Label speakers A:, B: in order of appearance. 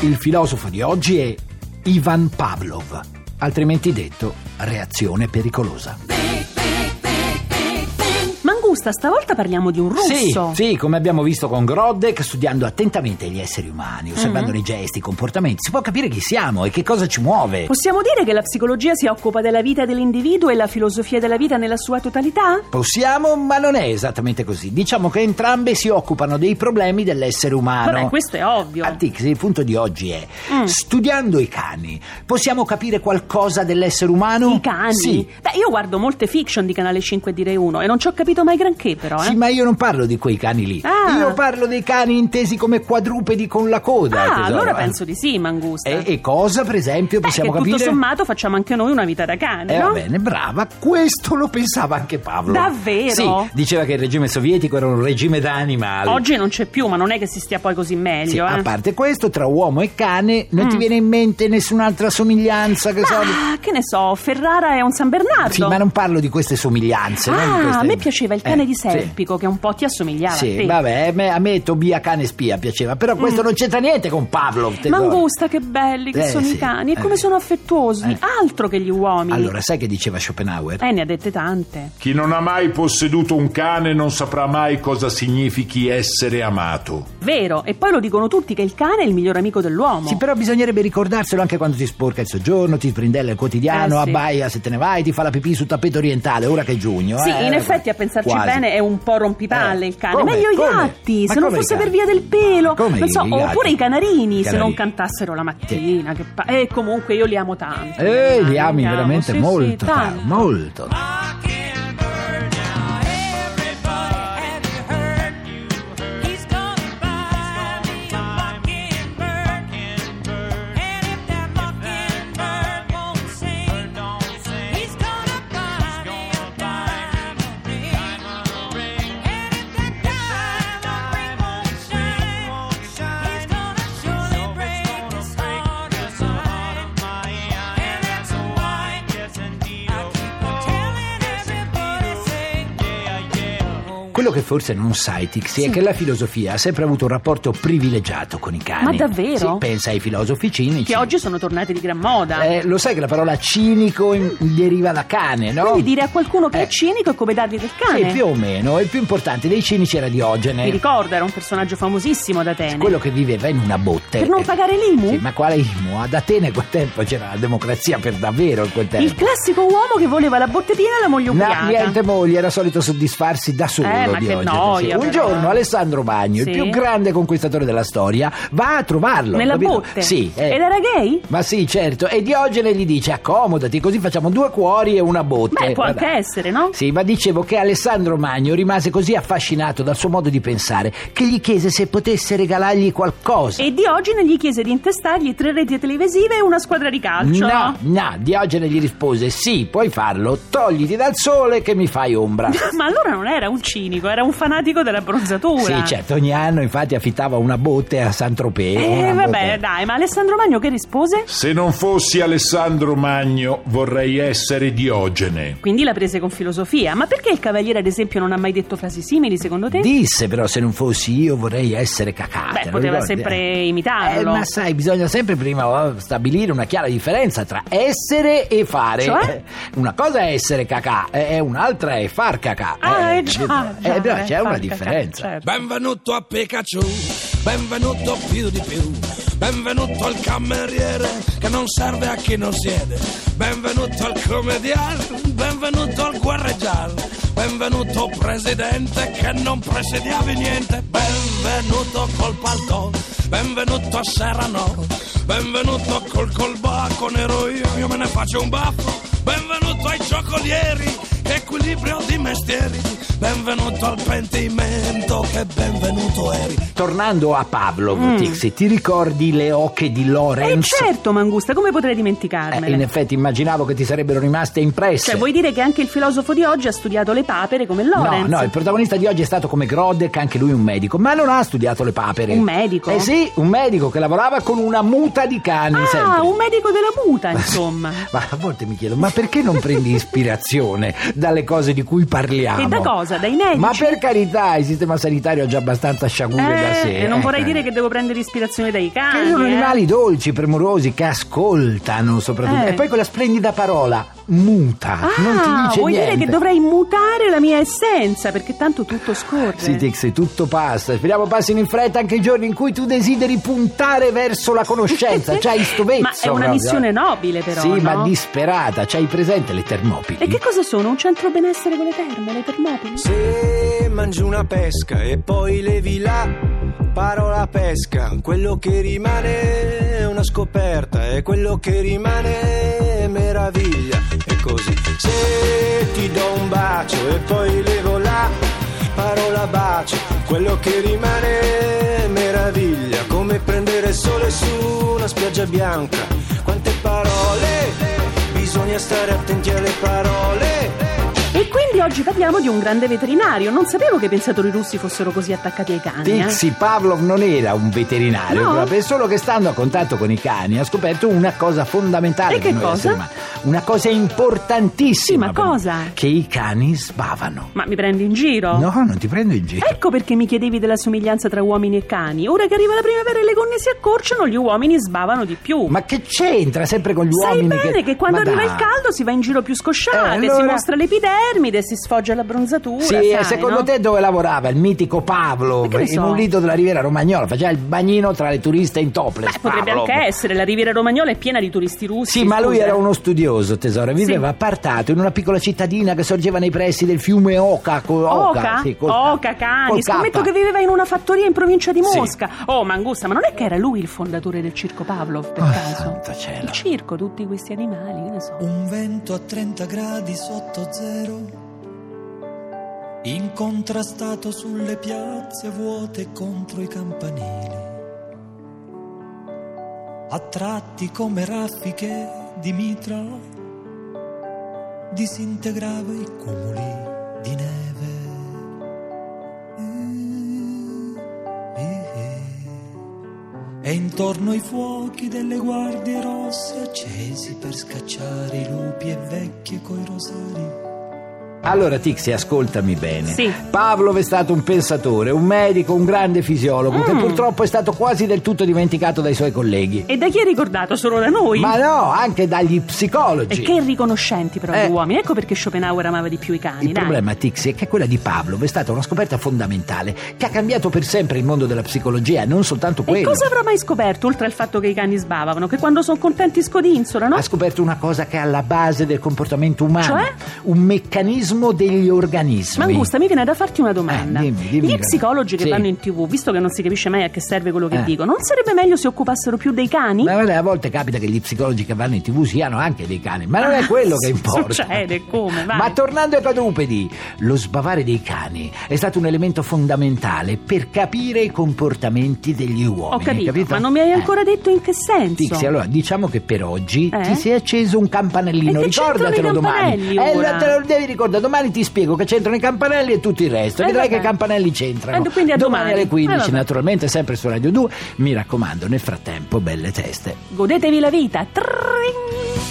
A: Il filosofo di oggi è Ivan Pavlov, altrimenti detto reazione pericolosa.
B: Mangusta, stavolta parliamo di un russo.
A: Sì, sì, come abbiamo visto con Grodek, studiando attentamente gli esseri umani,
B: Mhm.
A: osservandone i gesti, i comportamenti, si può capire chi siamo e che cosa ci muove.
B: Possiamo dire che la psicologia si occupa della vita dell'individuo e la filosofia della vita nella sua totalità?
A: Possiamo, ma non è esattamente così. Diciamo che entrambe si occupano dei problemi dell'essere umano.
B: Vabbè, questo è ovvio.
A: Antix, il punto di oggi è:
B: Mm.
A: studiando i cani, possiamo capire qualcosa dell'essere umano?
B: I cani.
A: Sì.
B: Beh, io guardo molte fiction di Canale 5 e direi 1 e non ci ho capito mai granché, però. Eh.
A: Sì, ma io non parlo di quei cani lì.
B: Ah.
A: Io parlo dei cani intesi come quadrupedi con la coda.
B: ah,
A: tesoro. eh.
B: allora penso di sì, Mangusta.
A: E, e cosa, per esempio,
B: Beh, che
A: possiamo
B: tutto
A: capire?
B: sommato facciamo anche noi una vita da cane,
A: Eh,
B: no?
A: va bene, brava, questo lo pensava anche Pavlo.
B: Davvero?
A: Sì, diceva che il regime sovietico era un regime da animali.
B: Oggi non c'è più, ma non è che si stia poi così meglio,
A: Sì,
B: eh.
A: a parte questo, tra uomo e cane non ti
B: Mm.
A: viene in mente nessun'altra somiglianza che so.
B: Ah, che ne so, Ferrara è un San Bernardo.
A: Sì, ma non parlo di queste somiglianze. non di
B: ah,
A: queste-
B: a me piaceva il cane
A: Eh,
B: di
A: sì.
B: Serpico, che un po' ti assomigliava
A: Sì,
B: a te.
A: vabbè, a me, a me Tobia cane spia piaceva,
B: Mm.
A: però questo non c'entra niente con Pavlov. tesoro.
B: Mangusta, che belli che
A: Eh,
B: sono
A: sì,
B: i cani, e
A: eh.
B: come sono affettuosi,
A: Eh.
B: altro che gli uomini.
A: Allora, sai che diceva Schopenhauer?
B: Eh, ne ha dette tante.
C: Chi non ha mai posseduto un cane non saprà mai cosa significhi essere amato.
B: Vero, e poi lo dicono tutti che il cane è il miglior amico dell'uomo.
A: Sì, però bisognerebbe ricordarselo anche quando ti sporca il soggiorno, ti sprindella il quotidiano,
B: Eh, sì.
A: abbaia se te ne vai, ti fa la pipì sul tappeto orientale, ora che è giugno.
B: Sì,
A: eh,
B: in effetti a pensarci
A: quasi.
B: bene è un po' rompipalle
A: Eh,
B: il cane.
A: come?
B: Meglio i
A: Come?
B: gatti,
A: Ma
B: se non
A: come i
B: fosse
A: gatti?
B: per via del pelo.
A: Ma come
B: non so,
A: i gatti?
B: oppure i canarini, se
A: Canarini.
B: non cantassero la mattina. Che pa- eh, comunque io li amo tanto.
A: Eh, li ami
B: amo,
A: veramente
B: sì, sì,
A: molto, caro,
B: tanto.
A: molto. Quello che forse non sai, Tixi,
B: Sì.
A: è che la filosofia ha sempre avuto un rapporto privilegiato con i cani.
B: Ma davvero?
A: Sì, pensa ai filosofi cinici.
B: Che oggi sono tornati di gran moda.
A: Eh, lo sai che la parola cinico in- deriva da cane, no?
B: Quindi dire a qualcuno che è
A: Eh.
B: cinico è come dargli del
A: Sì,
B: cane.
A: più o meno. Il più importante dei cinici era
B: Mi
A: Diogene,
B: ricordo, era un personaggio famosissimo da Atene.
A: quello che viveva in una botte. Eh,
B: Per non pagare l'IMU?
A: Sì, ma quale IMU? Ad Atene quel tempo c'era la democrazia per davvero in quel
B: Il
A: tempo.
B: classico uomo che voleva la bottetina e la moglie
A: La
B: ubriaca.
A: niente moglie era solito soddisfarsi da solo.
B: Eh, ma che
A: Diogene, sì.
B: noia,
A: Un
B: però.
A: giorno Alessandro Magno,
B: Sì.
A: il più grande conquistatore della storia, va a trovarlo.
B: Nella
A: capito?
B: botte.
A: Sì. eh.
B: Ed era gay?
A: Ma sì, certo. E Diogene gli dice: accomodati, così facciamo due cuori e una botte.
B: Beh, può
A: Guarda.
B: anche essere, no?
A: Sì, ma dicevo che Alessandro Magno rimase così affascinato dal suo modo di pensare che gli chiese se potesse regalargli qualcosa.
B: E Diogene gli chiese di intestargli tre reti televisive e una squadra di calcio.
A: No, no, Diogene gli rispose: Sì, puoi farlo, togliti dal sole che mi fai ombra.
B: Ma allora non era un cinico, era un fanatico della bronzatura.
A: Sì, certo, ogni anno infatti affittava una botte a Saint-Tropez.
B: Eh,
A: una
B: vabbè,
A: botte-
B: dai, ma Alessandro Magno che rispose?
C: Se non fossi Alessandro Magno vorrei essere Diogene.
B: Quindi la prese con filosofia. Ma perché il cavaliere, ad esempio, non ha mai detto frasi simili, secondo te?
A: Disse però se non fossi io vorrei essere cacata.
B: Beh, poteva sempre imitarlo.
A: Eh, ma sai, bisogna sempre prima eh, stabilire una chiara differenza tra essere e fare. Eh,
B: Cioè?
A: Una cosa è essere cacà eh, e un'altra è far cacà.
B: Ah,
A: Eh,
B: eh, già,
A: eh,
B: già,
A: però
B: beh,
A: c'è una
B: porca
A: differenza.
B: caccia, certo.
D: Benvenuto a Pikachu, benvenuto più di più, benvenuto al cameriere che non serve a chi non siede, benvenuto al commediar, benvenuto al guerreggiar, benvenuto presidente che non presidiavi niente, benvenuto col palto, benvenuto a Serrano, benvenuto col colbacco nero io, io me ne faccio un baffo, benvenuto ai giocolieri equilibrio di mestieri, benvenuto al pentimento che benvenuto eri.
A: Tornando a Pavlov,
B: Mm.
A: Tixi, ti ricordi le oche di
B: E
A: Lorenz?
B: certo, Mangusta, come potrei
A: Eh, in
B: dimenticarmene?
A: effetti immaginavo che ti sarebbero rimaste impresse.
B: certo. Cioè, vuoi dire che anche il filosofo di oggi ha studiato le papere come Lorenz?
A: No, no, il protagonista di oggi è stato come Grodek, anche lui un medico, ma non ha studiato le papere.
B: Un medico?
A: Eh sì, un medico che lavorava con una muta di cani
B: ah,
A: sempre.
B: un medico della muta, insomma.
A: Ma a volte mi chiedo, ma perché non prendi ispirazione dalle cose di cui parliamo?
B: E da cosa? Eh, Dai medici?
A: Ma per carità, il sistema sanitario ha già abbastanza sciagure da sé.
B: eh, e non vorrei
A: eh.
B: dire che devo prendere ispirazione dai cani.
A: Che sono
B: eh.
A: animali dolci, premurosi, che ascoltano soprattutto.
B: Eh.
A: E poi quella splendida parola, muta,
B: Ah,
A: non ti dice
B: vuoi
A: niente.
B: dire che dovrei mutare la mia essenza perché tanto tutto scorre.
A: Sì, Tixi, tutto passa. Speriamo passino in fretta anche i giorni in cui tu desideri puntare verso la conoscenza. C'hai sto vezzo.
B: Ma è una
A: proprio. eh.
B: missione nobile, però,
A: Sì,
B: no?
A: ma disperata. C'hai presente le Termopili?
B: E che cosa sono? Un centro benessere con le terme, le termopili?
E: Se mangi una pesca e poi levi la parola pesca, quello che rimane è una scoperta e quello che rimane è meraviglia. E così, se ti do un bacio e poi levo la parola bacio, quello che rimane è meraviglia. Come prendere il sole su una spiaggia bianca. Quante parole, bisogna stare attenti alle parole.
B: E quindi oggi parliamo di un grande veterinario. Non sapevo che i pensatori russi fossero così attaccati ai cani. eh.
A: Tixi Pavlov non era un veterinario,
B: No?
A: proprio, è solo che stando a contatto con i cani ha scoperto una cosa fondamentale
B: E
A: per
B: che
A: noi
B: cosa?
A: esseri umani. Una cosa importantissima.
B: Sì, ma cosa?
A: Che i cani sbavano.
B: Ma mi prendi in giro?
A: No, non ti prendo in giro.
B: Ecco perché mi chiedevi della somiglianza tra uomini e cani. Ora che arriva la primavera e le gonne si accorciano, gli uomini sbavano di più.
A: Ma che c'entra sempre con gli
B: Sai
A: uomini?
B: bene che, quando
A: Ma
B: arriva
A: dai.
B: il caldo si va in giro più scosciate,
A: Eh, allora-
B: si mostra l'epidermide, si sfoggia la bronzatura.
A: Sì, e
B: sai,
A: secondo
B: no?
A: te dove lavorava il mitico Pavlo
B: Ma che ne
A: in
B: so?
A: un lido della Riviera Romagnola? Faceva il bagnino tra le turiste in topless.
B: Eh, potrebbe
A: Pavlov.
B: anche essere, la riviera romagnola è piena di turisti russi.
A: Sì, ma lui
B: scusa.
A: era uno studioso, tesoro, e viveva appartato in una piccola cittadina che sorgeva nei pressi del fiume Oca. co- Oca,
B: Oca,
A: sì, col-
B: Oca
A: col
B: Cani,
A: K.
B: scommetto che viveva in una fattoria in provincia di
A: Sì.
B: Mosca. Oh, Mangusta, ma non è che era lui il fondatore del circo Pavlov, per
A: Oh,
B: caso?
A: santo cielo.
B: Il circo, tutti questi animali, che ne so.
F: Un vento a 30 gradi sotto zero, incontrastato sulle piazze vuote contro i campanili. A tratti come raffiche di mitra disintegrava i cumuli di neve. E intorno i fuochi delle guardie rosse accesi per scacciare i lupi e vecchie coi rosari.
A: Allora, Tixi, ascoltami bene.
B: Sì.
A: Pavlov è stato un pensatore, un medico, un grande fisiologo
B: Mm.
A: che purtroppo è stato quasi del tutto dimenticato dai suoi colleghi.
B: E da chi è ricordato? Solo da noi?
A: Ma no, anche dagli
B: E
A: psicologi.
B: che riconoscenti però
A: Eh.
B: gli uomini. Ecco perché Schopenhauer amava di più i cani.
A: Il
B: dai.
A: problema, Tixi, è che quella di Pavlov è stata una scoperta fondamentale che ha cambiato per sempre il mondo della psicologia e non soltanto
B: E
A: quello.
B: cosa avrà mai scoperto, oltre al fatto che i cani sbavavano? Che quando sono contenti scodinzolano?
A: Ha scoperto una cosa che è alla base del comportamento umano,
B: Cioè?
A: un meccanismo degli organismi.
B: Mangusta, mi viene da farti una domanda.
A: Eh, dimmi, dimmi,
B: Gli
A: cara.
B: psicologi che
A: Sì.
B: vanno in tv, visto che non si capisce mai a che serve quello che
A: Eh.
B: dicono, non sarebbe meglio se occupassero più dei cani?
A: Ma guarda, a volte capita che gli psicologi che vanno in tv siano anche dei cani, ma non è quello che importa.
B: Ah, Succede, come, vai.
A: Ma tornando ai quadrupedi, lo sbavare dei cani è stato un elemento fondamentale per capire i comportamenti degli uomini.
B: Ho capito,
A: capito?
B: ma non mi hai
A: Eh.
B: ancora detto in che senso.
A: Tixi, allora diciamo che per oggi
B: Eh?
A: ti si è acceso un campanellino,
B: E che c'entrano i
A: ricordatelo domani.
B: campanelli
A: Eh,
B: ora?
A: te lo devi ricordare, domani ti spiego che c'entrano i campanelli e tutto il resto.
B: Eh,
A: Vedrai
B: vabbè.
A: che i campanelli c'entrano.
B: Eh, quindi a domani.
A: alle 15,
B: Eh, vabbè.
A: naturalmente, sempre su Radio 2. Mi raccomando, nel frattempo, belle teste.
B: Godetevi la vita. Tring!